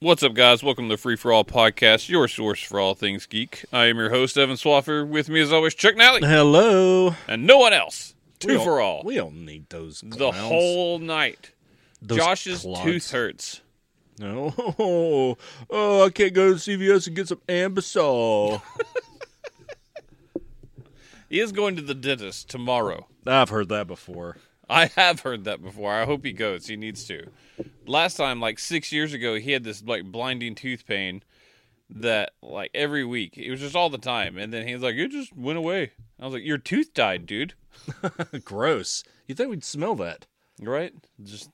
What's up, guys? Welcome to the Free For All podcast, your source for all things geek. I am your host, Evan Swaffer. With me, as always, Chuck Nally, Hello. and no one else. We Two don't- for all. We don't need those. Clowns. The whole night. Those Josh's clods. tooth hurts. No. Oh, oh, I can't go to CVS and get some Ambisol. He is going to the dentist tomorrow. I've heard that before. I have heard that before. I hope he goes. He needs to. Last time, like six years ago, he had this like blinding tooth pain that like every week it was just all the time. And then he was like, "It just went away." I was like, "Your tooth died, dude." Gross. You think we'd smell that? Right? Just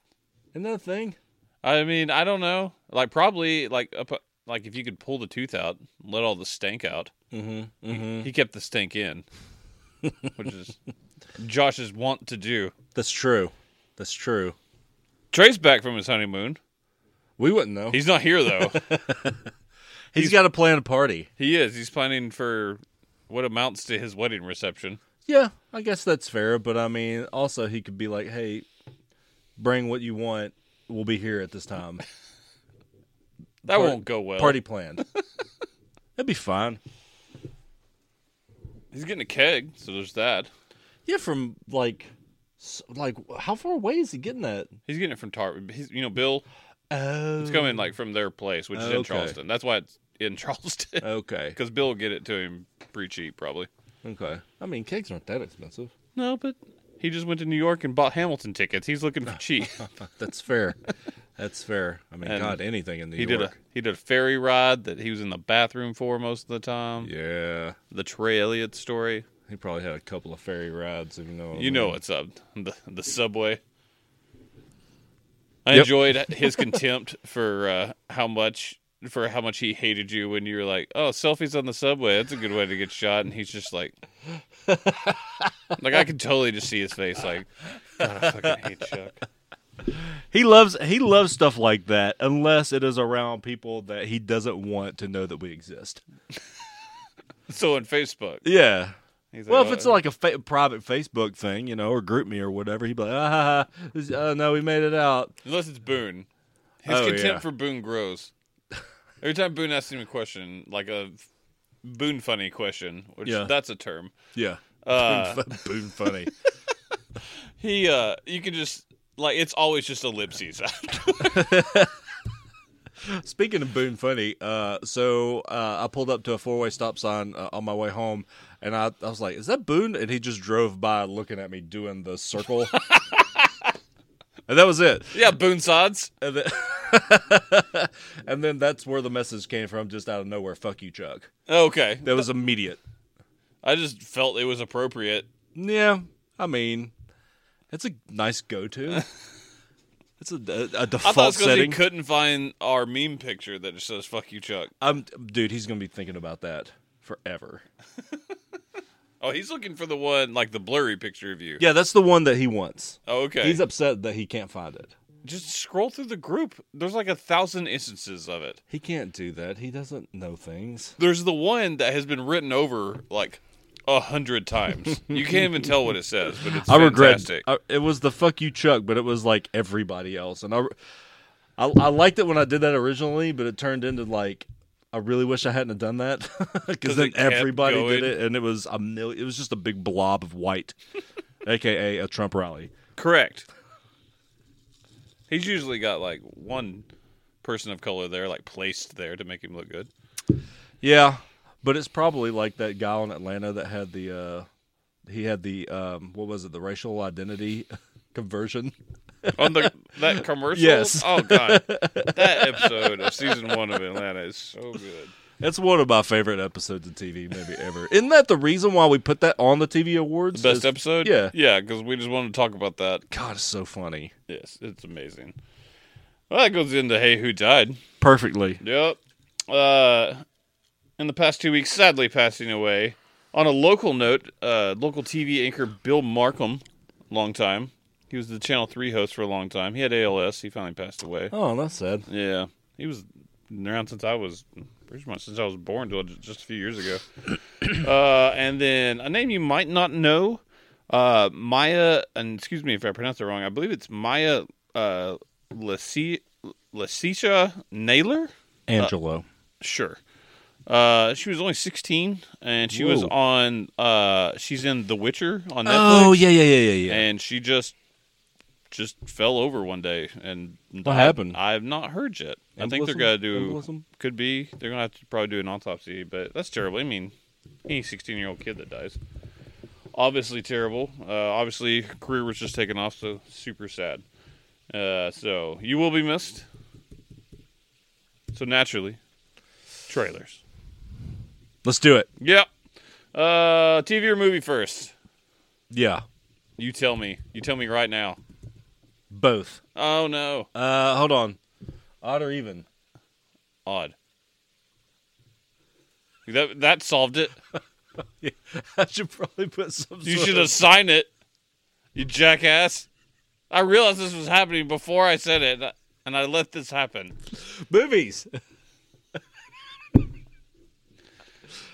Isn't that a thing? I mean, I don't know. Like probably like up, uh, like if you could pull the tooth out, let all the stank out. Mm-hmm. He kept the stink in, which is Josh's want to do. That's true. That's true. Trey's back from his honeymoon. We wouldn't know. He's not here though. he's got to plan a party. He is. He's planning for what amounts to his wedding reception. Yeah, I guess that's fair. But I mean, also he could be like, "Hey, bring what you want. We'll be here at this time. That Part- won't go well. Party planned. That'd be fine." He's getting a keg, so there's that. Yeah, from like, s- like how far away is he getting that? He's getting it from Tar. He's, you know, Bill. Oh, It's coming like from their place, which is in Okay. Charleston. That's why it's in Charleston Okay, because Bill will get it to him pretty cheap, probably. okay. I mean, cakes aren't that expensive. No, but he just went to New York and bought Hamilton tickets. He's looking for cheap. That's fair. That's fair. I mean, And God, anything in New he did a York. he did a ferry ride that he was in the bathroom for most of the time. Yeah, The Trey Elliott story. he probably had a couple of ferry rides. If you know, what I You know mean. what's up. The the subway. I Yep. enjoyed his contempt for uh, how much for how much he hated you when you were like, "Oh, selfies on the subway. That's a good way to get shot." And he's just like, like I could totally just see his face, like, "God, I fucking hate Chuck." He loves he loves stuff like that unless it is around people that he doesn't want to know that we exist. So on Facebook, Yeah. he's Well, if it's "Oh, like a fa- private Facebook thing, you know, or group me or whatever, he'd be like, ah, ha, ha, this- oh, no, we made it out. Unless it's Boone. His Oh, contempt yeah. for Boone grows. Every time Boone asks him a question, like a Boone funny question, which Yeah. that's a term. Yeah. Uh, Boom funny. he uh you can just like it's always just ellipses. Speaking of boom funny, uh, so uh, I pulled up to a four way stop sign uh, on my way home, and I, I was like, "Is that Boone?" And he just drove by, looking at me doing the circle, and that was it. yeah, Boone sods. And then, and then that's where the message came from, just out of nowhere. Fuck you, Chuck. Okay. That was immediate. I just felt it was appropriate. Yeah, I mean, it's a nice go-to. It's a, a, a I thought default it's because he setting. couldn't find our meme picture that just says "fuck you, Chuck." I'm, dude, he's gonna be thinking about that forever. Oh, he's looking for the one like the blurry picture of you. Yeah, that's the one that he wants. Oh, okay. He's upset that he can't find it. just scroll through the group. There's like a thousand instances of it. He can't do that. He doesn't know things. there's the one that has been written over like a hundred times. you can't even tell what it says, but it's I regret fantastic. I, it was the fuck you Chuck, but it was like everybody else, and I, I, I liked it when I did that originally, but it turned into like I really wish I hadn't have done that because it then kept everybody going. did it, and it was a mil- It was just a big blob of white, aka a Trump rally. Correct. He's usually got like one person of color there, like placed there to make him look good. Yeah, but it's probably like that guy in Atlanta that had the uh, he had the um, what was it the racial identity conversion. On the that commercial. Yes. Oh god, that episode of season one of Atlanta is so good. That's one of my favorite episodes of TV, maybe ever. Isn't that the reason why we put that on the TV awards? Best Is- episode. Yeah. yeah, because we just wanted to talk about that. God, it's so funny. Yes, it's amazing. Well, that goes into Hey Who Died. Perfectly. Yep. Uh, in the past two weeks, sadly passing away. On a local note, uh, local TV anchor Bill Markham, long time. He was the Channel Three host for a long time. He had ALS. He finally passed away. Oh, that's sad. Yeah, he was around since I was pretty much since I was born, till ju- just a few years ago. uh, and then a name you might not know, uh, Maya. And excuse me if I pronounce it wrong. I believe it's Maya uh, Laci- Leticia Naylor. Angelo. Sure. Uh, she was only 16, and she was Whoa. on. Uh, she's in The Witcher on Netflix. oh yeah, yeah, yeah, yeah, yeah. and she just just fell over one day. And What I- happened? I have not heard yet. I think they're Embolism? gonna do. Embolism? Could be they're gonna have to probably do an autopsy, but that's terrible. I mean, any 16 year old kid that dies, obviously terrible. Uh, obviously, her career was just taken off, so super sad. Uh, so you will be missed. So naturally, trailers. Let's do it. Yep. Uh, TV or movie first? Yeah, You tell me. You tell me right now. both. Oh no. Uh, hold on. Odd or even? Odd. That that solved it. I should probably put some. You sort should of- assign it. You jackass. I realized this was happening before I said it, and I let this happen. movies.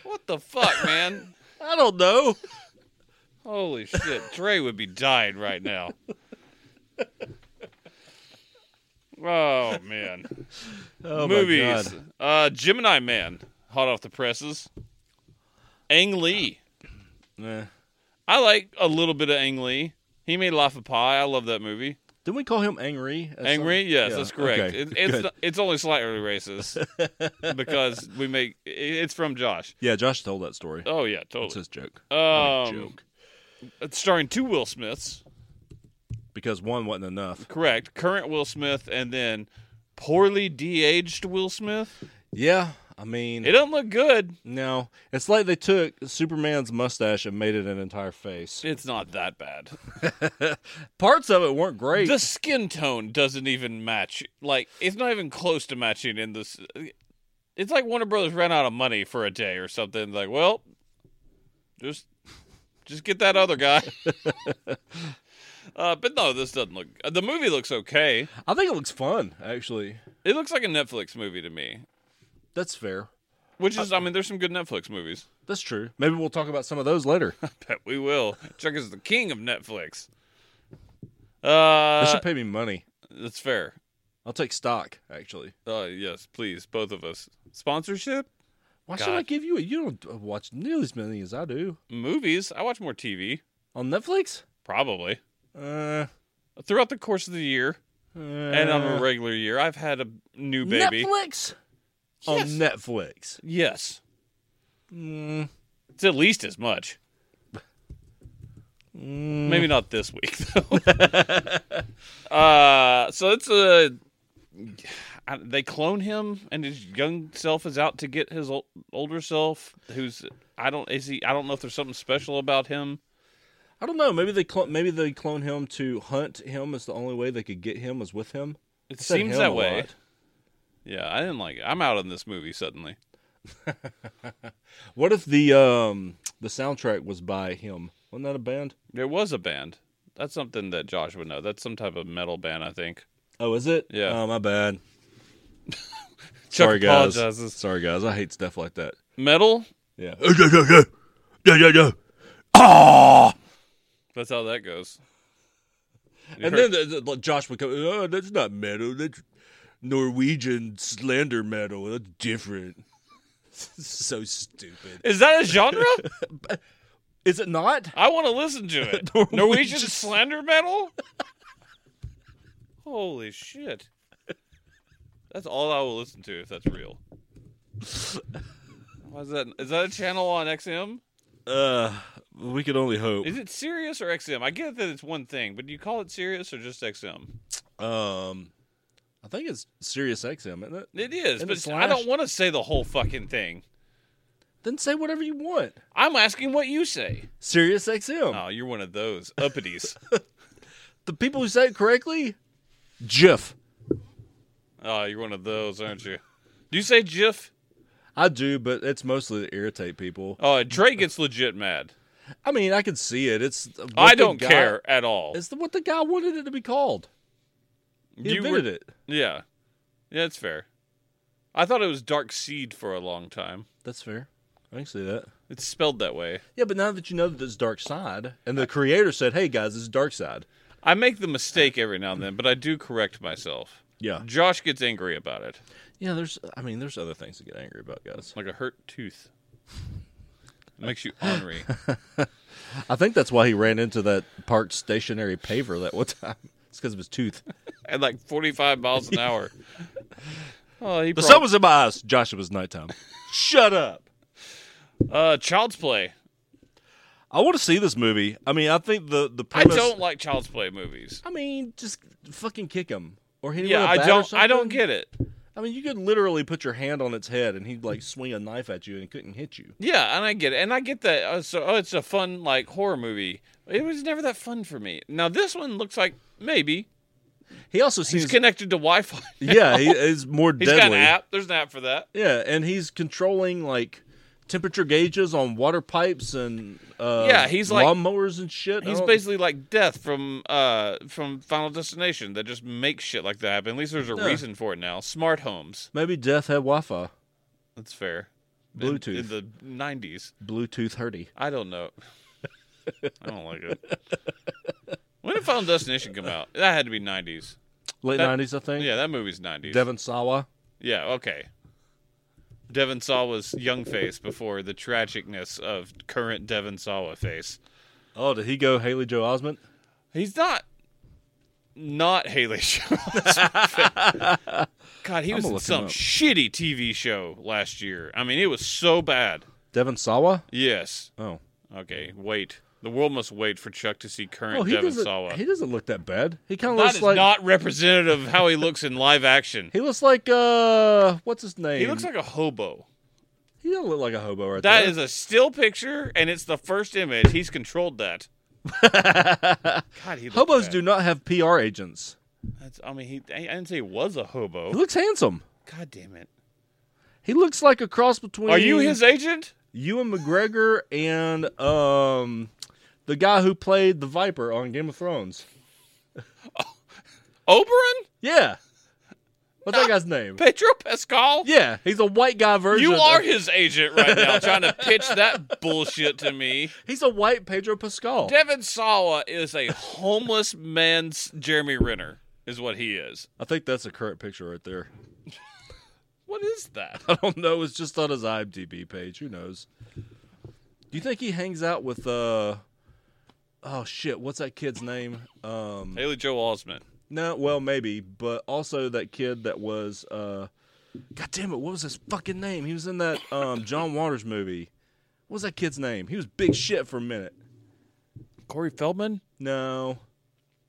What the fuck, man? I don't know. Holy shit, Trey would be dying right now. Oh man, Oh, my movies. God. Uh, Gemini Man, hot off the presses. Ang Lee. Nah. I like a little bit of Ang Lee. He made Life of Pi. I love that movie. Didn't we call him Angry? at Angry? some- Yes, Yeah, that's correct. okay, It, it's good. not- it's only slightly racist because we make it- it's from Josh. yeah, Josh told that story. Oh yeah, it's totally. his joke. Funny Um, joke. it's starring two Will Smiths. Because one wasn't enough. Correct. Current Will Smith and then poorly de-aged Will Smith. Yeah, I mean, It doesn't look good. no, it's like they took Superman's mustache and made it an entire face. It's not that bad. Parts of it weren't great. The skin tone doesn't even match. Like it's not even close to matching in this. It's like Warner Brothers ran out of money for a day or something. Like, well, just just get that other guy. uh, but no, this doesn't look. The movie looks okay. I think it looks fun, actually. It looks like a Netflix movie to me. That's fair. Which is, I mean, there's some good Netflix movies. That's true. Maybe we'll talk about some of those later. Bet we will. Chuck is the king of Netflix. Uh, they should pay me money. that's fair. I'll take stock, actually. Uh, yes, please, both of us. Sponsorship. Why God. should I give you a? You don't watch nearly as many as I do movies. I watch more TV, on Netflix. probably. Uh, Throughout the course of the year and on a uh, regular year, I've had a new baby. Netflix Yes. on Netflix. Yes. Mm, It's at least as much. mm. Maybe not this week though. uh, so it's a I- they clone him and his young self is out to get his ol- older self who's I don't is he I don't know if there's something special about him. I don't know. Maybe they clone. Maybe they clone him to hunt him. Is the only way they could get him was with him. It I said seems him that a way. lot. Yeah, I didn't like it. I'm out on this movie suddenly. What if the um the soundtrack was by him? Wasn't that a band? There was a band. That's something that Josh would know. That's some type of metal band, I think. Oh, is it? Yeah. Oh, my bad. Chuck Sorry, guys. apologizes. Sorry, guys. I hate stuff like that. Metal? Yeah. Ah! That's how that goes. You And heard- then uh, uh, Josh would come. Oh, that's not metal. That's Norwegian slander metal. That's different. so stupid. is that a genre? Is it not? I want to listen to it. Norwegian- Norwegian slander metal? Holy shit. That's all I will listen to if that's real. Why is that? Is that a channel on XM? Uh, we could only hope. Is it Sirius or XM? I get that it's one thing, but do you call it Sirius or just XM? Um, I think it's Sirius XM, isn't it? It is, And but it's I don't slashed. want to say the whole fucking thing. Then say whatever you want. I'm asking what you say. Sirius XM. Oh, you're one of those uppities. The people who say it correctly, Jif. oh, you're one of those, aren't you? Do you say GIF? I do, but it's mostly to irritate people. Oh, and Trey gets legit mad. I mean, I can see it. It's what I the don't guy- care at all. It's the, what the guy wanted it to be called. He You invented were- it. Yeah, yeah, it's fair. I thought it was Dark Seed for a long time. That's fair. I can see that. It's spelled that way. Yeah, but now that you know that it's Dark Side, and the creator said, "Hey guys, this is Dark Side." I make the mistake every now and then, but I do correct myself. Yeah. Josh gets angry about it, Yeah, there's I mean, there's other things to get angry about, guys. like a hurt tooth. It makes you ornery. I think that's why he ran into that parked stationary paver that one time. It's because of his tooth. At like 45 miles an hour. Oh, he The prob- sun was in my eyes. Josh, it was nighttime. Shut up. uh, Child's Play. I want to see this movie. I mean, I think the the I premise. don't like Child's Play movies. I mean, just fucking kick him or hit him. Yeah, with a I bat or don't. I don't something. get it. I mean, you could literally put your hand on its head and he'd like swing a knife at you and it couldn't hit you. Yeah, and I get it, and I get that. Uh, so, oh, it's a fun like horror movie. It was never that fun for me. Now this one looks like maybe He also he's seems connected to Wi-Fi. yeah, he is more He's got deadly. an app. There's an app for that. Yeah, and he's controlling like temperature gauges on water pipes and uh, Yeah, he's like- lawnmowers and shit. I He's don't- basically like Death from uh from Final Destination that just makes shit like that happen. At least there's a Yeah. reason for it now. Smart homes. maybe death had Wi-Fi, That's fair. In- Bluetooth, in the '90s. Bluetooth hurdy. I don't know. I don't like it. When did Final Destination come out? That had to be '90s. late That- nineties, I think. Yeah, that movie's '90s. Devon Sawa. Yeah, okay. Devon Sawa's young face before the tragicness of current Devon Sawa face. Oh, did he go Haley Joe Osment? He's not not Haley Joel Osment. God, he was gonna in look him some up. shitty TV show last year. I mean, it was so bad. Devon Sawa. Yes. Oh, Okay, wait. The world must wait for Chuck to see current oh, he Devon doesn't. Sawa. He doesn't look that bad. He kind of that looks is like not representative of how he looks in live action. he looks like uh, what's his name? He looks like a hobo. he doesn't look like a hobo right That there. is a still picture, and it's the first image. He's controlled that. God, he looked Hobos bad. do not have PR agents. That's, I mean, he, I didn't say he was a He hobo. looks handsome. God damn it! He looks like a cross between. Are you his agent? Ewan McGregor and um the guy who played the Viper on Game of Thrones. Oberon? Yeah. What's that guy's name? Pedro Pascal? Yeah, he's a white guy version. You are of- his agent right now, trying to pitch that bullshit to me. he's a white Pedro Pascal. Devin Sawa is a homeless man's Jeremy Renner, is what he is. I think that's a current picture right there. What is that? I don't know. It's just on his IMDb page. Who knows? Do you think he hangs out with uh? Oh shit! What's that kid's name? Um, Haley Joe Osment. no, well maybe, but also that kid that was uh, god damn it, what was his fucking name? He was in that um John Waters movie. What was that kid's name? He was big shit for a minute. Corey Feldman? No,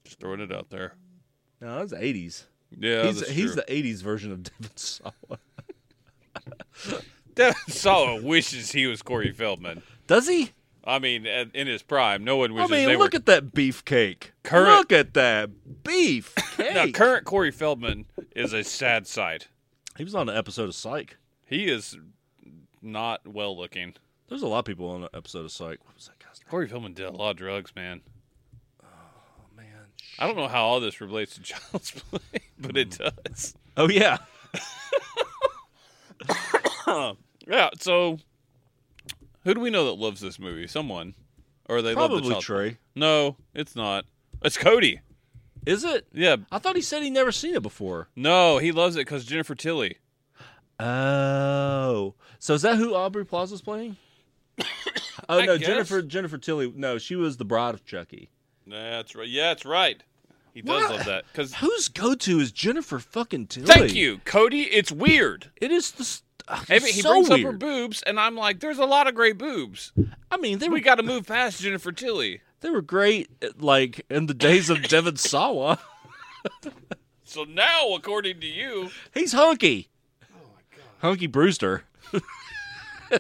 Just throwing it out there. no, that's eighties. Yeah, He's that's he's true. the eighties version of Devin Sawa. Devin Sawa wishes he was Corey Feldman. Does he? I mean, at- in his prime, no one I wishes they mean, look were. at that beefcake. Current- Look at that beefcake. now, current Corey Feldman is a sad sight. He was on an episode of Psych. He is not well looking. There's a lot of people on an episode of Psych. What was that guy's Corey Feldman did a lot of drugs, man. name? Oh, Man. I don't know how all this relates to child's play, but it does. Oh yeah. Yeah. So, who do we know that loves this movie? Someone, or they love the Probably Child's Play? Trey. No, it's not. It's Cody. Is it? Yeah. I thought he said he never seen it before. No, he loves it because Jennifer Tilly. Oh. So is that who Aubrey Plaza's playing? oh I no, guess. Jennifer Jennifer Tilly. No, she was the bride of Chucky. That's right. Yeah, that's right. He does What? love that because. Whose go to is Jennifer fucking Tilly? Thank you, Cody. It's weird. It is the s- ugh, Every, he so brings weird. up her boobs, and I'm like, "There's a lot of great boobs. I mean, they were We got to move past Jennifer Tilly." they were great like in the days of Devon Sawa. So now, according to you, He's hunky. Oh my god. Hunky Brewster. I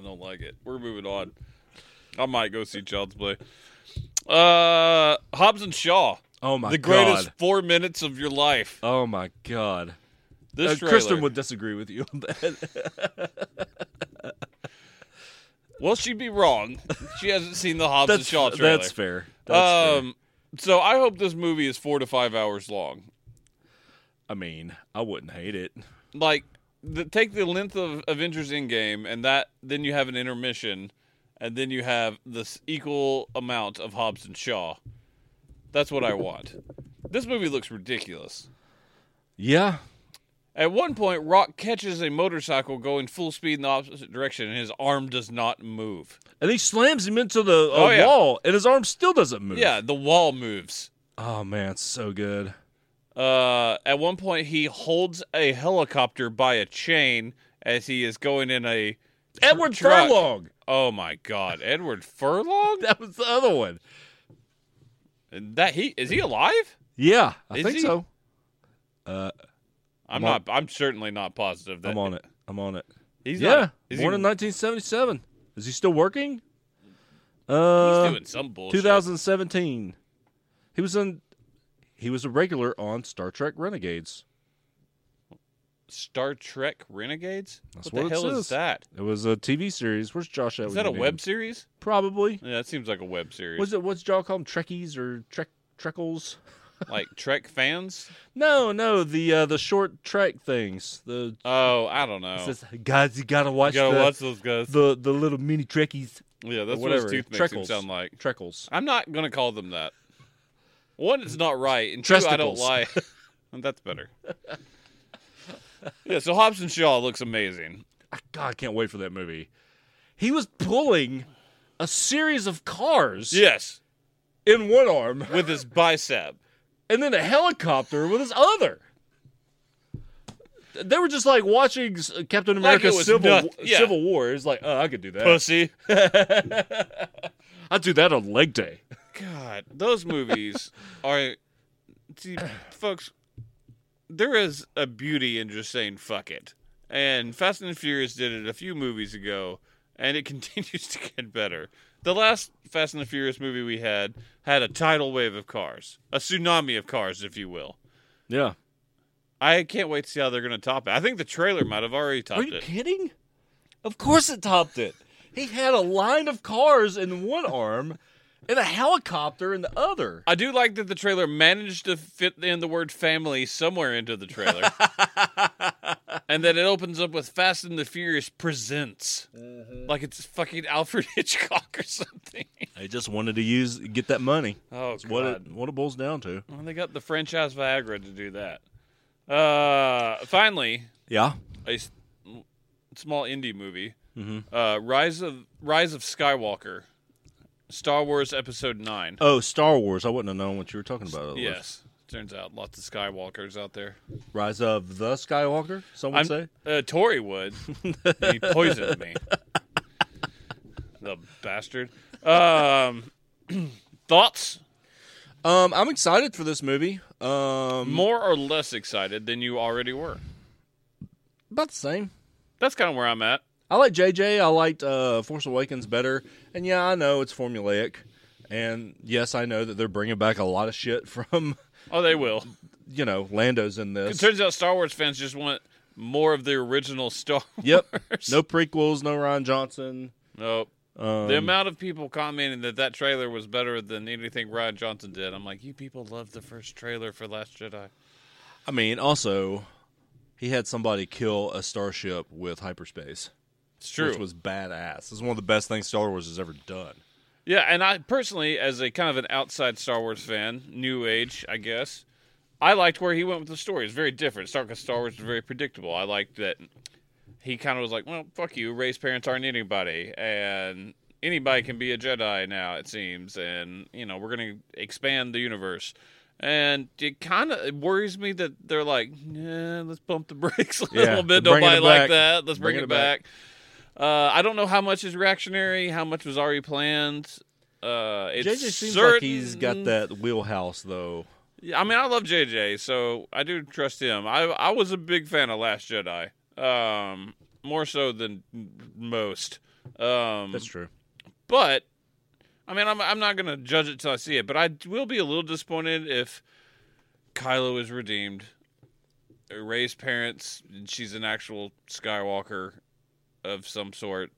don't like it. We're moving on. I might go see Child's Play. Uh, Hobbs and Shaw, Oh my the greatest four minutes of your life. Oh my god. This Uh, trailer. Kristen would disagree with you on that. Well, she'd be wrong. She hasn't seen the Hobbs and that's Shaw trailer. that's fair. That's fair. um, so I hope this movie is four to five hours long. I mean, I wouldn't hate it. like the, take the length of Avengers Endgame, and that then you have an intermission, and then you have this equal amount of Hobbs and Shaw. That's what I want. This movie looks ridiculous. Yeah. At one point, Rock catches a motorcycle going full speed in the opposite direction, and his arm does not move. And he slams him into the uh, Oh, yeah. wall, and his arm still doesn't move. Yeah, the wall moves. Oh man, it's so good. Uh, at one point, he holds a helicopter by a chain as he is going in a. tr- Edward truck. Furlong. Oh my God, Edward Furlong? That was the other one. That he is he alive? Yeah, I Is think he? so. I'm I'm on- not. I'm certainly not positive that I'm on it. I'm on it. he's yeah, not- is he- born in 1977. Is he still working? he's Uh, doing some bullshit. 2017. He was in. He was a regular on Star Trek Renegades. Star Trek Renegades. That's what the what it hell is says. that? It was a TV series. Where's Josh at? Is that when you a need him? web series? Probably. Yeah, that seems like a web series. Was it what's y'all call them? Trekkies or Trek Trekkles? like Trek fans? No, no, the uh, the short Trek things. The Oh, I don't know. it says, guys, you gotta watch you gotta the, watch those guys. the the little mini Trekkies. yeah, that's what whatever. his tooth makes him Treckles. sound like. Trekkles. I'm not gonna call them that. One, it's not right, and two, I don't Tresticles. like. and that's better. yeah, so Hobbs and Shaw looks amazing. I- God, I can't wait for that movie. He was pulling a series of cars Yes, in one arm with his bicep. and then a helicopter with his other. They were just like watching s- Captain Like it America was Civil noth- yeah. Civil War. It's like, oh, I could do that. Pussy. I'd do that on leg day. God, those movies are. See, folks, there is a beauty in just saying "fuck it," and Fast and Furious did it a few movies ago, and it continues to get better. The last Fast and the Furious movie we had had a tidal wave of cars, a tsunami of cars, if you will. Yeah. I can't wait to see how they're going to top it. I think the trailer might have already Are topped you it. kidding? Of course it topped it. He had a line of cars in one arm and a helicopter in the other. I do like that the trailer managed to fit in the word family somewhere into the trailer. and that it opens up with Fast and the Furious presents. Mm-hmm. Like it's fucking Alfred Hitchcock or something. They just wanted to use get that money. Oh, God. What it what it boils down to. Well, they got the franchise Viagra to do that. Uh, finally, Yeah. a s- small indie movie Mm-hmm. uh, Rise, of, Rise of Skywalker, Star Wars Episode 9. Oh, Star Wars. I wouldn't have known what you were talking about. otherwise. yes. Turns out lots of Skywalkers out there. Rise of the Skywalker, some would I'm, say. Uh, Tori would. he poisoned me. The bastard. Um, thoughts? Um, I'm excited for this movie. Um More or less excited than you already were. about the same. That's kind of where I'm at. I like JJ. I liked uh, Force Awakens better. And yeah, I know it's formulaic. And yes, I know that they're bringing back a lot of shit from, Oh, they will. you know, Lando's in It this. turns out Star Wars fans just want more of the original Star. Yep. No prequels, no Ron Johnson. Nope. Um, The amount of people commenting that that trailer was better than anything Ryan Johnson did, I'm like, you people loved the first trailer for Last Jedi. I mean, also, he had somebody kill a starship with hyperspace, It's true. which was badass. This is one of the best things Star Wars has ever done. Yeah, and I personally, as a kind of an outside Star Wars fan, new age, I guess, I liked where he went with the story. It's very different. Star Star Wars is very predictable. I liked that he kind of was like, "Well, fuck you. Ray's parents aren't anybody, and anybody can be a Jedi now. It seems, and you know, we're gonna expand the universe." And it kind of worries me that they're like, "Yeah, let's bump the brakes a Yeah, little bit. bringing Nobody it like back. that. Let's bring, Bringing it, it back." back." Uh, I don't know how much is reactionary, how much was already planned. Uh, it's JJ seems like he's got certain- that wheelhouse, though. Yeah, I mean, I love JJ, so I do trust him. I I was a big fan of Last Jedi, um, more so than most. Um, That's true. but I mean, I'm I'm not gonna judge it till I see it. But I will be a little disappointed if Kylo is redeemed, Ray's parents, and she's an actual Skywalker of some sort.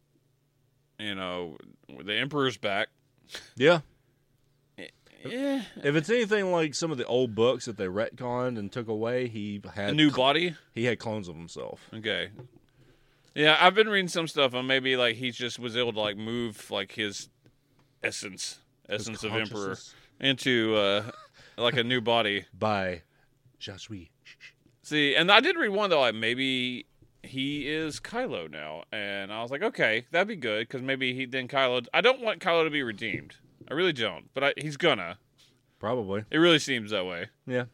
You know, the Emperor's back. Yeah. Yeah, If it's anything like some of the old books that they retconned and took away, he a had new body. he had clones of himself. Okay. Yeah, I've been reading some stuff on maybe like he just was able to like move like his essence, essence of emperor consciousness? into uh like a new body. by Joshua. See, and I did read one though, like maybe he is Kylo now, and I was like, okay, that'd be good because maybe he then Kylo. I don't want Kylo to be redeemed. I really don't, but I, he's gonna. Probably. It really seems that way, Yeah.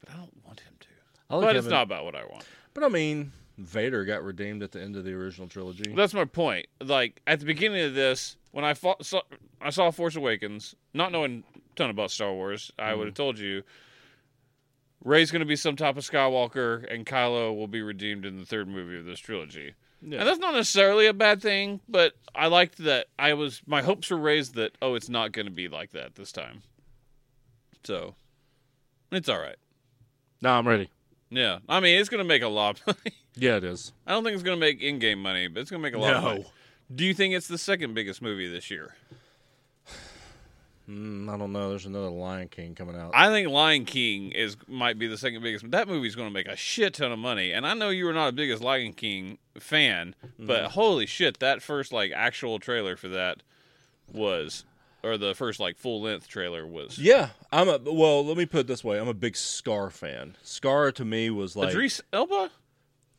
but I don't want him to. I like But it's having- not about what I want. But I mean, Vader got redeemed at the end of the original trilogy. That's my point. Like at the beginning of this, when I fought, saw, I saw Force Awakens, not knowing a ton about Star Wars, I would have told you Ray's going to be some type of Skywalker, and Kylo will be redeemed in the third movie of this trilogy. Yeah. And that's not necessarily a bad thing, but I liked that. I was my hopes were raised that oh, it's not going to be like that this time. So it's all right. No, I'm ready. Yeah, I mean it's going to make a lot. Of money. Yeah, it is. I don't think it's going to make in-game money, but it's going to make a lot. Of money. Do you think it's the second biggest movie this year? Mm, I don't know. There's another Lion King coming out. I think Lion King is might be the second biggest. That movie's going to make a shit ton of money, and I know you were not a biggest Lion King fan, Mm-hmm. but holy shit, that first like actual trailer for that was, or the first like full length trailer was. yeah, I'm a well. Let me put it this way: I'm a big Scar fan. Scar to me was like Idris Elba.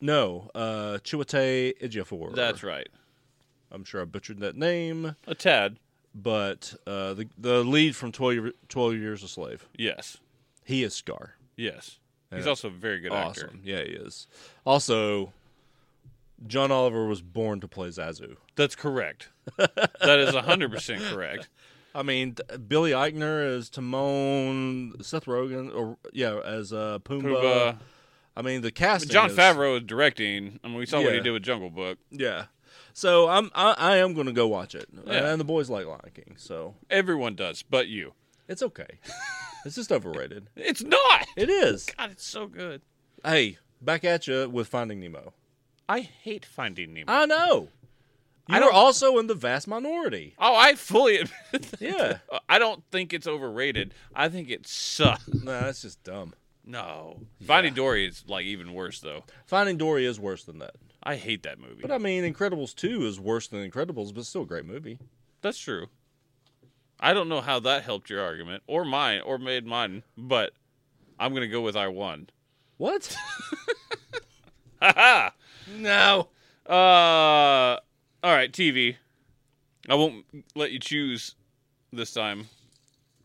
no, uh, Chiwetel Ejiofor. That's right, I'm sure I butchered that name, a tad. but uh, the the lead from 12, Year- 12 Years a Slave, Yes, he is Scar. yes. He's Yeah. also a very good awesome. actor. Yeah, he is. Also, John Oliver was born to play Zazu. That's correct. that is hundred percent correct. I mean, th- Billy Eichner as Timon, Seth Rogen, or yeah, as uh, Pumbaa. Pumbaa. I mean, the casting. John is- Favreau is directing. I mean, we saw what he Yeah. did with Jungle Book. Yeah. So I'm I, I am gonna go watch it, Yeah. and the boys like Lion King, so Everyone does, but you. it's okay. it's just overrated. It's not. It is. God, it's so good. Hey, back at you with Finding Nemo. I hate Finding Nemo. I know. I You're don't- also in the vast minority. oh, I fully admit that. Yeah. I don't think it's overrated. I think it sucks. nah, that's just dumb. No. Finding Dory is like even worse though. Finding Dory is worse than that. I hate that movie. But I mean, Incredibles 2 is worse than Incredibles, but still a great movie. That's true. I don't know how that helped your argument or mine or made mine, but I'm going to go with I won. What? Haha. no. Uh all right, TV. I won't let you choose this time.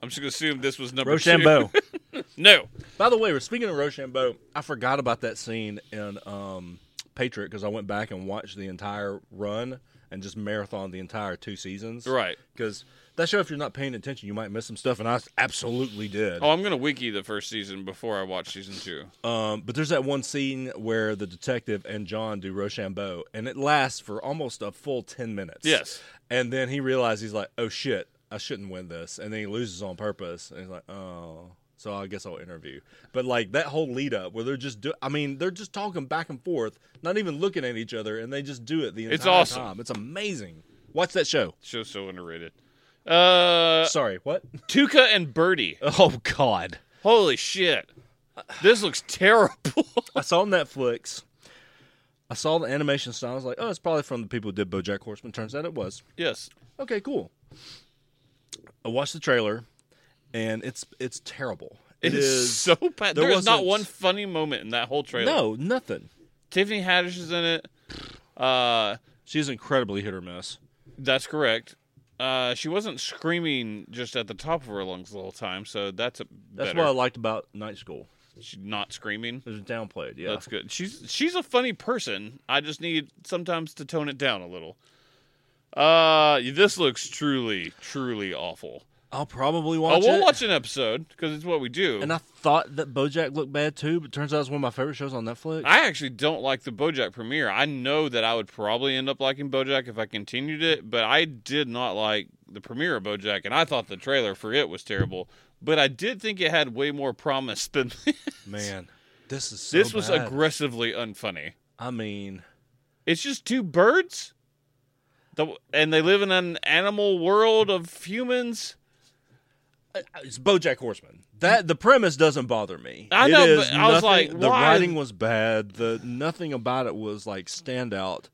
I'm just going to assume this was number 2. Rochambeau. no. By the way, we're speaking of Rochambeau. I forgot about that scene in um, Patriot because I went back and watched the entire run and just marathon the entire two seasons. Right. Because that show, if you're not paying attention, you might miss some stuff, and I absolutely did. Oh, I'm gonna wiki the first season before I watch season two. Um, but there's that one scene where the detective and John do Rochambeau, and it lasts for almost a full 10 minutes. Yes. And then he realizes he's like, oh shit, I shouldn't win this. And then he loses on purpose. And he's like, oh, so I guess I'll interview. But like that whole lead up where they're just, do- I mean, they're just talking back and forth, not even looking at each other, and they just do it the entire It's awesome. time. It's amazing. Watch that show. Show's so underrated. Uh, Sorry, what? Tuca and Birdie. Oh, God. Holy shit! This looks terrible. I saw Netflix. I saw the animation style. I was like, oh, it's probably from the people who did BoJack Horseman. Turns out it was. yes. Okay, cool. I watched the trailer, and it's it's terrible. It is, so bad. there There is not wasn't- one funny moment in that whole trailer. no nothing. Tiffany Haddish is in it. Uh, She's incredibly hit or miss. that's correct. Uh, she wasn't screaming just at the top of her lungs the whole time, so that's a That's better. what I liked about Night School. She's not screaming. It was downplayed. Yeah, That's good. She's she's a funny person. I just need sometimes to tone it down a little. Uh, this looks truly, truly awful. I'll probably watch Oh, we'll it. watch an episode because it's what we do. And I thought that BoJack looked bad too, but turns out it's one of my favorite shows on Netflix. I actually don't like the BoJack premiere. I know that I would probably end up liking BoJack if I continued it, but I did not like the premiere of BoJack, and I thought the trailer for it was terrible. But I did think it had way more promise than Man, this is so this was bad. aggressively unfunny. I mean, It's just two birds, The- and they live in an animal world of humans. it's BoJack Horseman. That the premise doesn't bother me. I It know, is but I was nothing- like, the why? writing was bad. The nothing about it was like standout.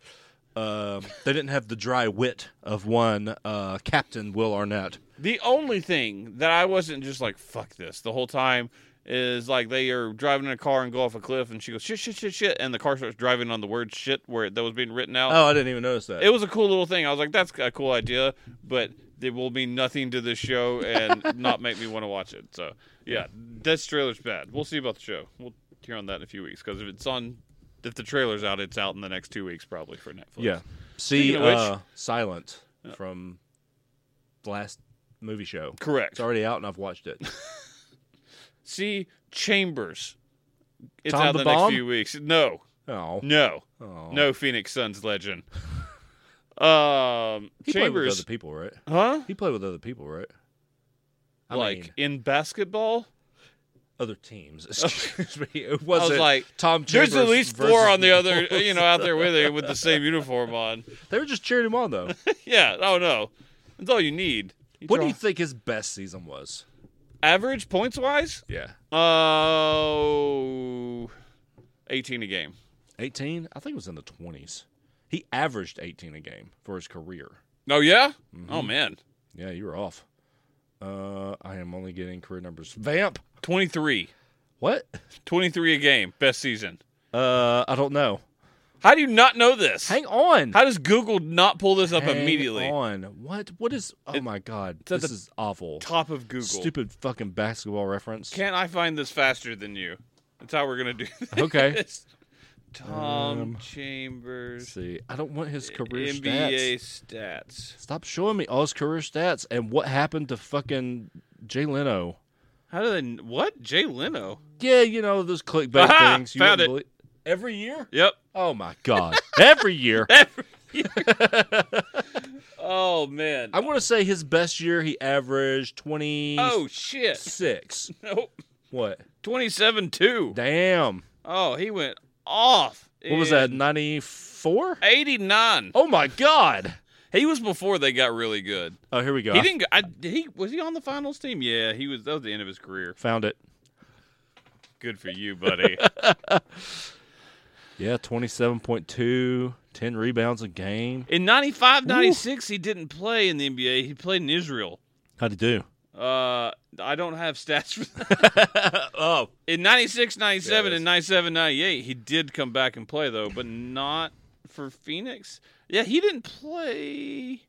Um, they didn't have the dry wit of one uh, Captain Will Arnett. The only thing that I wasn't just like fuck this the whole time is like they are driving in a car and go off a cliff, and she goes shit, shit, shit, shit, and the car starts driving on the word shit where that was being written out. Oh, I didn't even notice that. It was a cool little thing. I was like, that's a cool idea, but it will mean nothing to this show and not make me want to watch it. So yeah, this trailer's bad. We'll see about the show. We'll hear on that in a few weeks because if it's on, if the trailer's out, it's out in the next two weeks probably for Netflix. yeah. See, Speaking of which- uh, Silent from the last movie show. correct. It's already out, and I've watched it. See Chambers. It's Tom out the the Bomb? next few weeks. No, Oh, no, oh. no. Phoenix Suns legend. um, He played with Chambers, other people, right? huh? He played with other people, right? I like mean, in basketball. other teams. Excuse me. It wasn't like, Tom. There's at Chambers least four versus on the the other, you know, out there with it with the same uniform on. They were just cheering him on, though. Yeah. Oh no, that's all you need. You what do throw- you think his best season was? average Uh, points wise? Yeah, Oh, 18 a game. eighteen. I think it was in the twenties. He averaged eighteen a game for his career. Oh yeah. Mm-hmm. Oh man, Yeah, you were off. Uh, I am only getting career numbers. Vamp. 23, What? 23 a game, best season. Uh, I don't know. How do you not know this? Hang on. How does Google not pull this up Hang immediately? On what? What is? Oh my god, at this the is awful. Top of Google. Stupid fucking basketball reference. Can't I find this faster than you? That's how we're gonna do this. Okay. Tom Um, Let's Chambers see, I don't want his career stats. NBA stats. Stop showing me all his career stats and what happened to fucking Jay Leno. How do they? What? Jay Leno. Yeah, you know those clickbait Aha! things. You Found wouldn't it. belie- every year. Yep. Oh my god, every year. Oh man. I want to say his best year he averaged twenty oh shit. six. Nope. What? Twenty-seven two. Damn. Oh, he went off. What was that? Ninety four. Eighty-nine. Oh my god. He was before they got really good. Oh, here we go. He I didn't. go- I, did he was he on the finals team? Yeah, he was. That was the end of his career. found it. Good for you, buddy. Yeah, 27.2, 10 rebounds a game. In 95 96, he didn't play in the NBA. He played in Israel. How'd he do? Uh, I don't have stats for that. Oh, In 96 97 There it and 97 98, he did come back and play, though, but not for Phoenix. Yeah, he didn't play.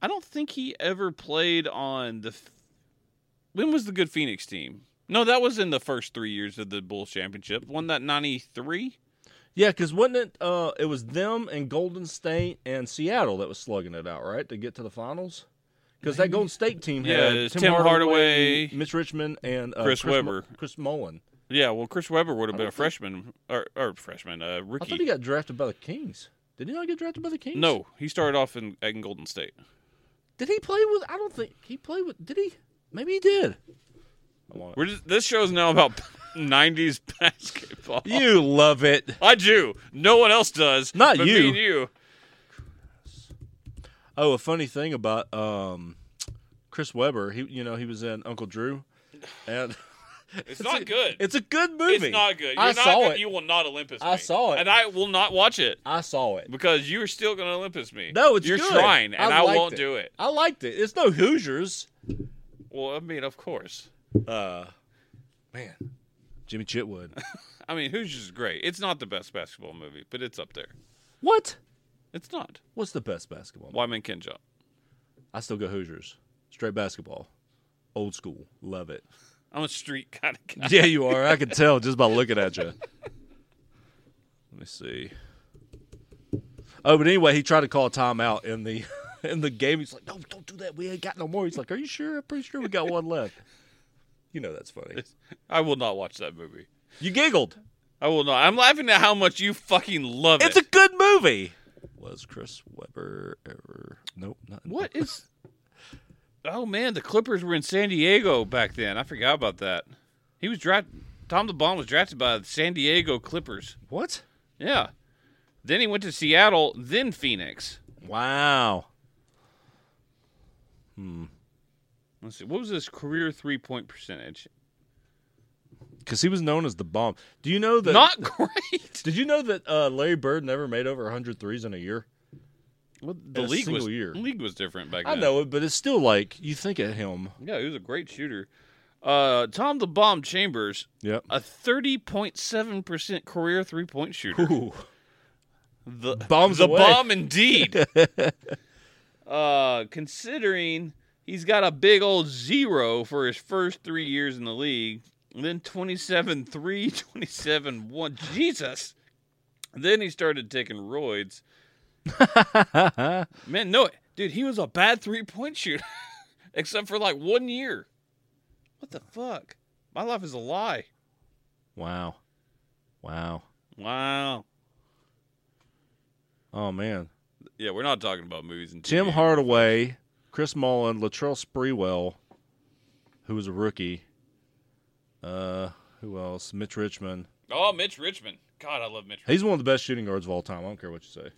I don't think he ever played on the. F- When was the good Phoenix team? No, that was in the first three years of the Bulls championship. Won that 93? Yeah, because wasn't it? Uh, it was them and Golden State and Seattle that was slugging it out, right, to get to the finals. Because that Golden State team Yeah, had it's Tim Hardaway, Mitch Richmond, and uh, Chris Mo- Webber. Chris Mullen. Yeah, well, Chris Webber would have been a don't think- freshman, or, or freshman, uh, I rookie. thought he got drafted by the Kings. Did he not get drafted by the Kings? No, he started off in, in Golden State. Did he play with? I don't think he played with. Did he? Maybe he did. I want We're just, this show's now about 90s basketball. You love it. I do. No one else does. Not but you. Me and you. Oh, a funny thing about um, Chris Webber. He, you know, he was in Uncle Drew, and It's, not a- good. It's a good movie. It's not good. You're I not saw gonna- it. You will not Olympus me. I saw it. And I will not watch it I saw it. because you are still going to Olympus me. No, it's You're good. trying, and I, liked won't do it. I liked it. It's no Hoosiers. Well, I mean, of course. Uh, man, Jimmy Chitwood. I mean, Hoosiers is great. It's not the best basketball movie, but it's up there. what? It's not. What's the best basketball? Wyman can jump. I still go Hoosiers. Straight basketball, old school. Love it. I'm a street kind of guy. yeah, you are. I can tell just by looking at you. Let me see. Oh, but anyway, he tried to call a timeout in the in the game. He's like, "No, don't do that. We ain't got no more." He's like, "Are you sure? I'm pretty sure we got one left." You know that's funny. I will not watch that movie. You giggled. I will not. I'm laughing at how much you fucking love It's it. a good movie. Was Chris Webber ever? Nope. Not What is? Oh man, the Clippers were in San Diego back then. I forgot about that. He was drafted. Tom the Bomb was drafted by the San Diego Clippers. What? Yeah. Then he went to Seattle, then Phoenix. Wow. Let's see. What was his career three point percentage? Because he was known as the bomb. Do you know that? Not great. Did you know that uh, Larry Bird never made over 100 threes in a year? The in a league was single year. league was different back I then. know it, but it's still like you think of him. Yeah, he was a great shooter. Uh, Tom the Bomb Chambers, Yep. a thirty point seven percent career three point shooter. Ooh. The Bombs the away. bomb indeed. uh, considering he's got a big old zero for his first three years in the league, and then 27 3, 27 1. Jesus. Then he started taking roids. Man, no, dude, he was a bad three point shooter, except for like one year. What the fuck? My life is a lie. Wow. Wow. Wow. Oh man. Yeah, we're not talking about movies and TV. Tim Hardaway, Chris Mullen, Latrell Sprewell, who was a rookie. Uh, who else? Mitch Richmond. Oh, Mitch Richmond. God, I love Mitch. He's one of the best shooting guards of all time. I don't care what you say.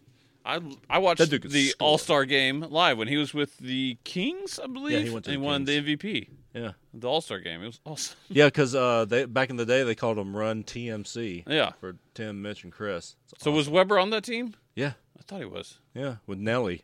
I I That watched dude could the score. All Star game live when he was with the Kings, I believe. went to and the won the MVP. Yeah. The All Star game. It was awesome. Yeah, because uh, they back in the day they called him Run TMC Yeah. for Tim, Mitch, and Chris. It's- So was Weber on that team? yeah, I thought he was. yeah, with Nelly.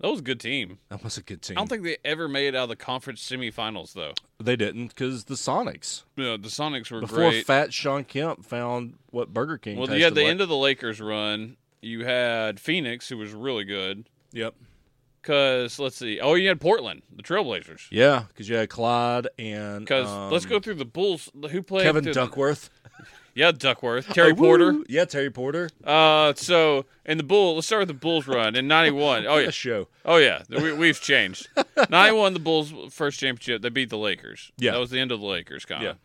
That was a good team. That was a good team. I don't think they ever made it out of the conference semifinals though. they didn't because the Sonics Yeah, the Sonics were before great. Fat Sean Kemp found what Burger King. well, you tasted had the like. end of the Lakers run. You had Phoenix, who was really good. Yep. Cause let's see. Oh, you had Portland, the Trailblazers. Yeah, because you had Clyde and Because let's um, go through the Bulls. Who played Kevin through the- Duckworth, yeah, Duckworth, Terry Oh, woo! Porter. Yeah, Terry Porter. Uh, so in the bull, let's start with the Bulls run in '91. Oh yeah, That show. oh yeah, we, we've changed. '91, the Bulls first championship, they beat the Lakers. Yeah. that was the end of the Lakers kind of.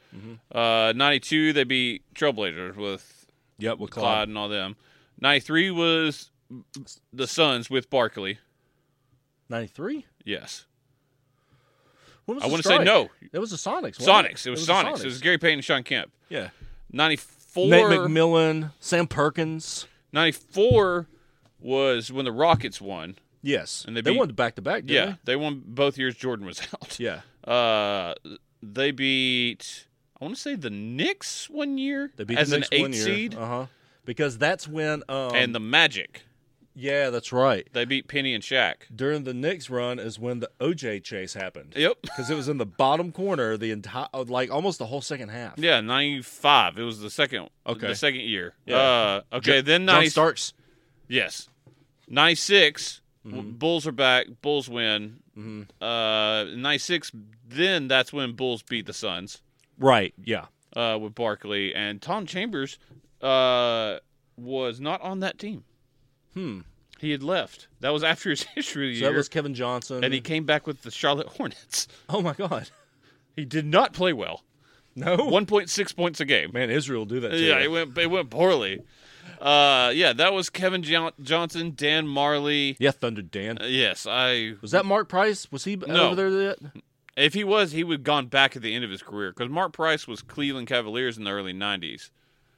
Uh, '92, they beat Trailblazers with Yep, with Clyde Clyde. and all them. '93 was the Suns with Barkley. Ninety three. Yes, When was I the want to say strike? no. It was the Sonics. wasn't Sonics. It was, the Sonics. It was Gary Payton and Sean Kemp. yeah. '94. Nate McMillan, Sam Perkins. 94 was when the Rockets won. Yes, And and they they, beat- won back to back. Yeah, they won both years. Jordan was out. yeah. Uh, they beat I want to say the Knicks one year They beat as the an Knicks eight one year. seed, Uh huh. Because that's when. Um, and the Magic yeah, that's right. they beat Penny and Shaq. During the Knicks run is when the OJ chase happened Yep. because it was in the bottom corner the entire uh, like almost the whole second half. Yeah, ninety five. It was the second. Okay. The second year. Yeah. Uh, okay. then John ninety. Starks. yes. Ninety six. Mm-hmm. Bulls are back. Bulls win. Uh, ninety six. Then that's when Bulls beat the Suns. Right. Yeah. Uh, with Barkley and Tom Chambers, uh, was not on that team. Hmm. He had left. That was after his history So year, that was Kevin Johnson. and he came back with the Charlotte Hornets. oh my God. He did not play well. No. One point six points a game. Man, Israel do that. To Yeah, you. it went it went poorly. Uh, yeah, that was Kevin Jo- Johnson, Dan Marley. yeah. Thunder Dan. Uh, yes, I. Was that Mark Price? Was he No. over there yet? If he was, he would have gone back at the end of his career because Mark Price was Cleveland Cavaliers in the early nineties.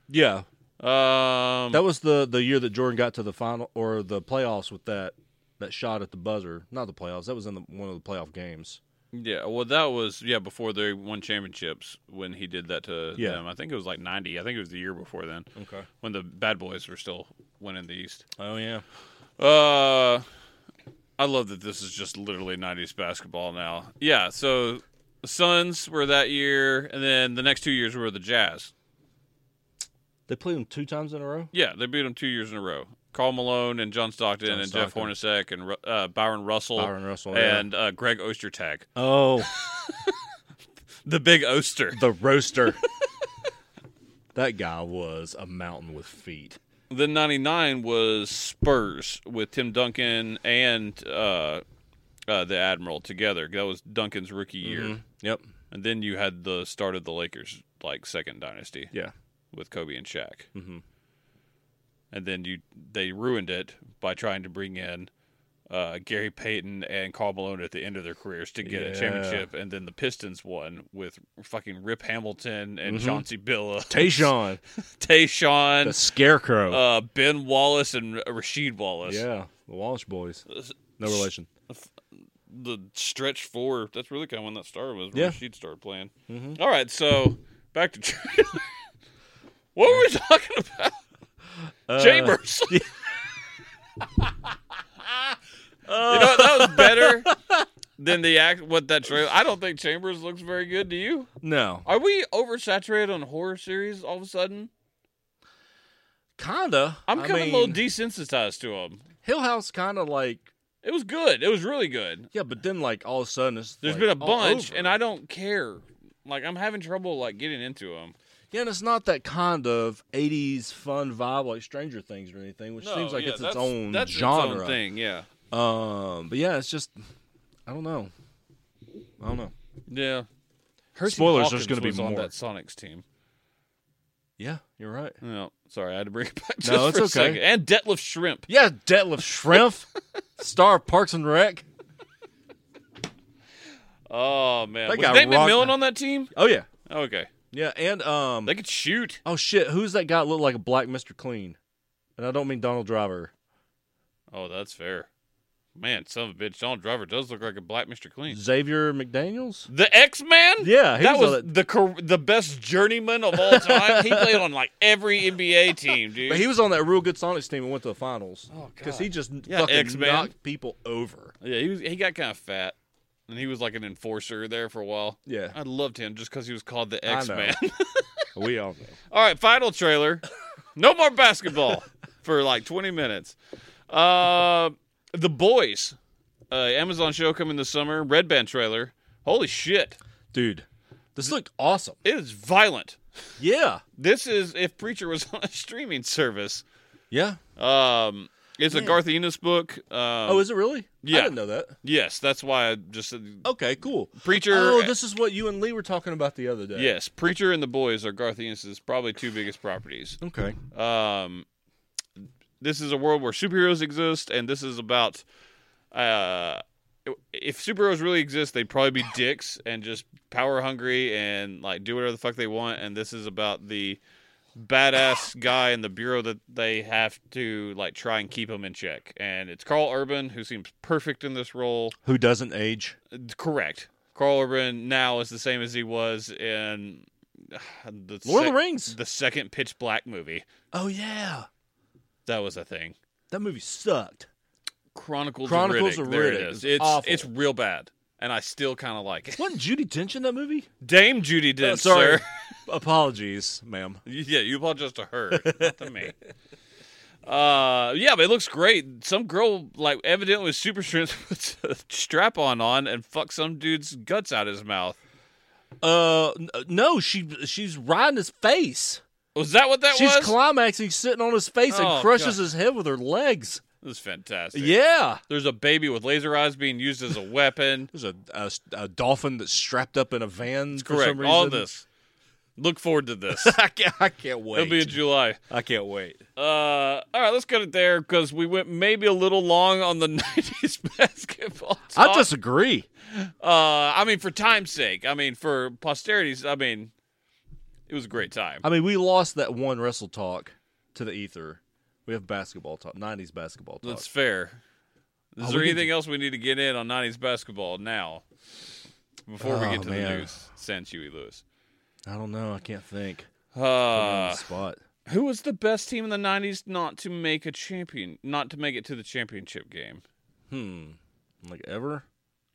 Yeah. Um, That was the the year that Jordan got to the final or the playoffs with that that shot at the buzzer. Not the playoffs. That was in the, one of the playoff games. yeah. Well, that was yeah before they won championships when he did that to Yeah. Mm. them. I think it was like ninety. I think it was the year before then Okay. when the Bad Boys were still winning the East. Oh yeah. Uh, I love that this is just literally '90s basketball now. Yeah, so the Suns were that year, and then the next two years were the Jazz. They played them two times in a row. Yeah, they beat them two years in a row. Carl Malone and John Stockton John and Jeff Stockton. Hornacek and Ru- uh, Byron Russell Byron Russell yeah. and uh, Greg Ostertag, oh the big Oster. the roaster. that guy was a mountain with feet. Then '99 was Spurs with Tim Duncan and uh, uh, the Admiral together. That was Duncan's rookie Mm-hmm. year. Yep. And then you had the start of the Lakers like second dynasty Yeah. with Kobe and Shaq. Mhm. And then you they ruined it by trying to bring in uh, Gary Payton and Carl Malone at the end of their careers to get a Yeah. championship, and then the Pistons won with fucking Rip Hamilton and Mhm. Chauncey Billups, Tayshawn, the Tayshawn, scarecrow. uh, Ben Wallace, and Rasheed Wallace. yeah, the Walsh boys. No relation. the stretch four. That's really kind of when that started was Yeah. Mm-hmm. when she'd started playing. All right, so back to trailer. Uh, what were we talking about? Chambers. You know what? That was better than the act. What that trailer? I don't think Chambers looks very good. Do you? No, Are we oversaturated on horror series all of a sudden? kinda. I'm I kind of mean, a little desensitized to them. Hill House, kind of like It was good. It was really good. yeah, but then like all of a sudden it's There's like, been a all bunch, over. and I don't care. Like I'm having trouble like getting into them. yeah, and it's not that kind of '80s fun vibe like Stranger Things or anything, which seems like it's its own genre. thing. Yeah, Um, but yeah, it's just I don't know. I don't know. yeah. Spoilers, there's gonna be was on more. that Sonics team. Yeah, you're right. No, sorry, I had to bring it back. Just No, for it's a okay. second. And Detlef Shrimp. Yeah, Detlef Shrimp, star of Parks and Rec. Oh man, That was guy Nate rocked- McMillan on that team? Oh yeah, Okay, yeah, and um, they could shoot. oh shit, who's that guy? that Looked like a black Mister Clean, and I don't mean Donald Driver. Oh, that's fair. Man, son of a bitch, Donald Driver does look like a black Mister Clean. Xavier McDaniel's. The X Man. Yeah, he that was was on the cor- the best journeyman of all time. he played on like every NBA team, dude. But he was on that real good Sonics team and went to the finals. Oh, because God. he just Yeah, fucking X-Man. knocked people over. yeah, he was. He got kind of fat, and he was like an enforcer there for a while. Yeah, I loved him just because he was called the I know. X Man. we all know. All right, final trailer. No more basketball for like 20 minutes. Uh, the Boys, uh, Amazon show coming this summer. Red Band trailer. Holy shit! Dude, this looked awesome. It is violent. Yeah, This is if Preacher was on a streaming service. yeah. Um, it's a Yeah. Garth Ennis book. Um, oh, is it really? yeah. I didn't know that. yes, that's why I just said Okay, cool. Preacher. Oh, this is what you and Lee were talking about the other day. yes, Preacher and the Boys are Garth Ennis's probably two biggest properties. Okay. um, this is a world where superheroes exist, and this is about uh, if superheroes really exist, they'd probably be dicks and just power hungry and like do whatever the fuck they want. And this is about the badass guy in the bureau that they have to like try and keep him in check. And it's Carl Urban who seems perfect in this role. Who doesn't age? Correct. Carl Urban now is the same as he was in uh, the Lord sec- of the Rings. the second Pitch Black movie. Oh yeah, That was a thing. that movie sucked. Chronicles, Chronicles of Riddick. of there it Riddick. is. It's It's awful. it's real bad, and I still kind of like it. Wasn't Judy Dench in that movie? Dame Judy Dench, Uh, sorry. sir. Apologies, ma'am. yeah, you apologize to her, not to me. Uh, yeah, but it looks great. Some girl, like, evidently with super strength, puts a strap on on and fucks some dude's guts out of his mouth. Uh, n- no, she she's riding his face. Was that what that she's was? climaxing, sitting on his face, Oh, and crushes God. his head with her legs. This is fantastic. Yeah. There's a baby with laser eyes being used as a weapon. There's a, a, a dolphin that's strapped up in a van for some Correct. reason. All this. Look forward to this. I can't, I can't wait. It'll be in July. I can't wait. Uh, all right, let's cut it there because we went maybe a little long on the '90s basketball. Talk. I disagree. uh, I mean, for time's sake, I mean, for posterity's, I mean, it was a great time. I mean, we lost that one wrestle talk to the ether. We have basketball talk, 90s basketball talk. That's fair. Is Oh, there we need anything else we need to get in on '90s basketball now? Before we Oh, get to the man. news, San Huey Lewis. I don't know. I can't think. Put me on Uh, the spot. who was the best team in the '90s not to make a champion, not to make it to the championship game? Hmm. Like ever?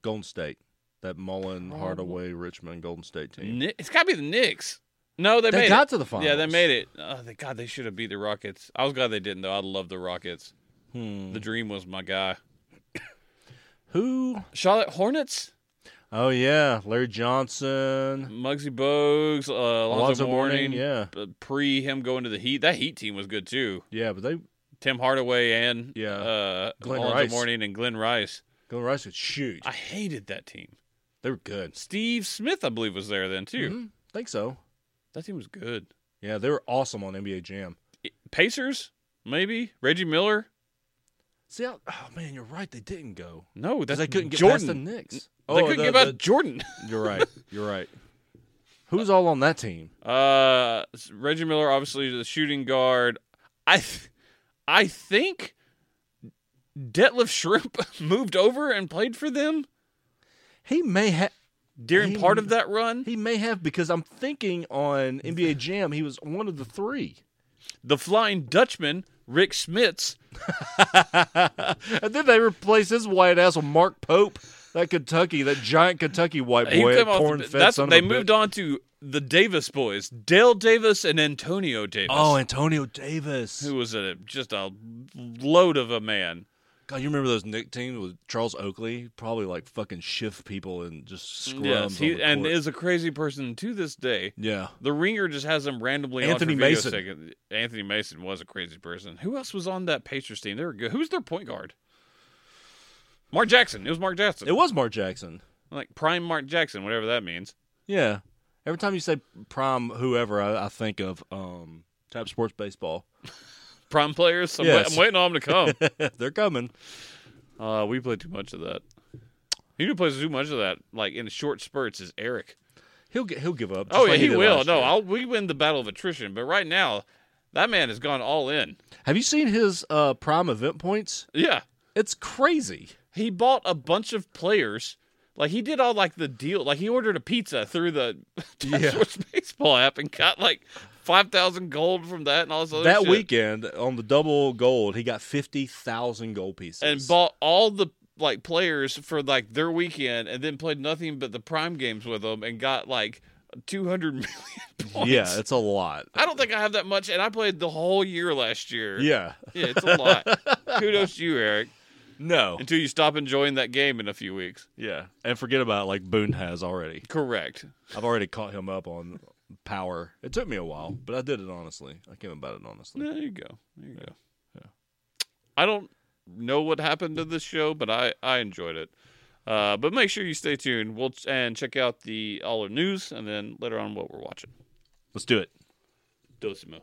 Golden State. That Mullen, Oh. Hardaway, Richmond, Golden State team. Kni- It's got to be the Knicks. No, they, They made got it. to the Yeah, they finals. made it. Oh, thank God they should have beat the Rockets. I was glad they didn't though. I love the Rockets. Hmm. The Dream was my guy. Who? Charlotte Hornets, Oh yeah, Larry Johnson, Muggsy Bogues, uh, Alonzo Alonzo Mourning, Mourning. yeah. uh, Pre him going to the Heat, that Heat team was good too. Yeah, but they Tim Hardaway and Yeah. uh, Glenn Alonzo Rice. Mourning and Glenn Rice. Golden Rice could shoot. I hated that team. they were good. Steve Smith, I believe, was there then too. Mhm. Think so. That team was good. Yeah, they were awesome on NBA Jam. Pacers, maybe Reggie Miller. See, I, oh man, you're right. They didn't go No, that's because they couldn't get Jordan. past the Knicks. they couldn't the- get past the- Jordan. You're right. You're right. Who's all on that team? Uh, Reggie Miller, obviously the shooting guard. I, th- I think Detlef Shrimp moved over and played for them He may have. during He- part of that run. He may have because I'm thinking on NBA Jam he was one of the three. The Flying Dutchman, Rick Smits. and then they replaced his white ass with Mark Pope, that Kentucky, that giant Kentucky white He boy, came off the- corn fed that's, son they of a moved bitch. on to the Davis boys, Dale Davis and Antonio Davis. Oh, Antonio Davis. who was a just a load of a man. God, you remember those Nick teams with Charles Oakley? Probably like fucking shift people and just scrums. Yes, on he the and court. is a crazy person to this day. yeah, The Ringer just has him randomly Anthony on for video Mason. second- Anthony Mason was a crazy person. Who else was on that Pacers team? They were good. Who was their point guard? Mark Jackson. It was Mark Jackson. it was Mark Jackson. like prime Mark Jackson, whatever that means. Yeah, every time you say prime whoever, I, I think of um Tap Sports Baseball. Prime players. I'm, Yes. wait- I'm waiting on them to come. They're coming. Uh, we play too much of that. You who plays too much of that, like in short spurts, is Eric. He'll get, he'll give up. just Oh yeah, like he, did will. last No, year. I'll, we win the battle of attrition, but right now, that man has gone all in. Have you seen his uh prime event points? Yeah, It's crazy. he bought a bunch of players. Like he did all like the deal. Like he ordered a pizza through the Yeah. Sports Baseball app and got like five thousand gold from that and all this other that Oh, shit. weekend on the double gold, he got fifty thousand gold pieces. and bought all the like players for like their weekend and then played nothing but the prime games with them and got like two hundred million points. yeah, it's a lot. I don't think I have that much, and I played the whole year last year. Yeah, Yeah, it's a lot. Kudos to you, Eric. no, Until you stop enjoying that game in a few weeks. yeah, and forget about it, like Boone has already. Correct. I've already caught him up on power. It took me a while, but I did it honestly. I came about it honestly. There you go. There you go. I don't know what happened to this show, but I, I enjoyed it. Uh, but make sure you stay tuned. We'll and check out the all our news, and then later on what we're watching. Let's do it. Dosimo.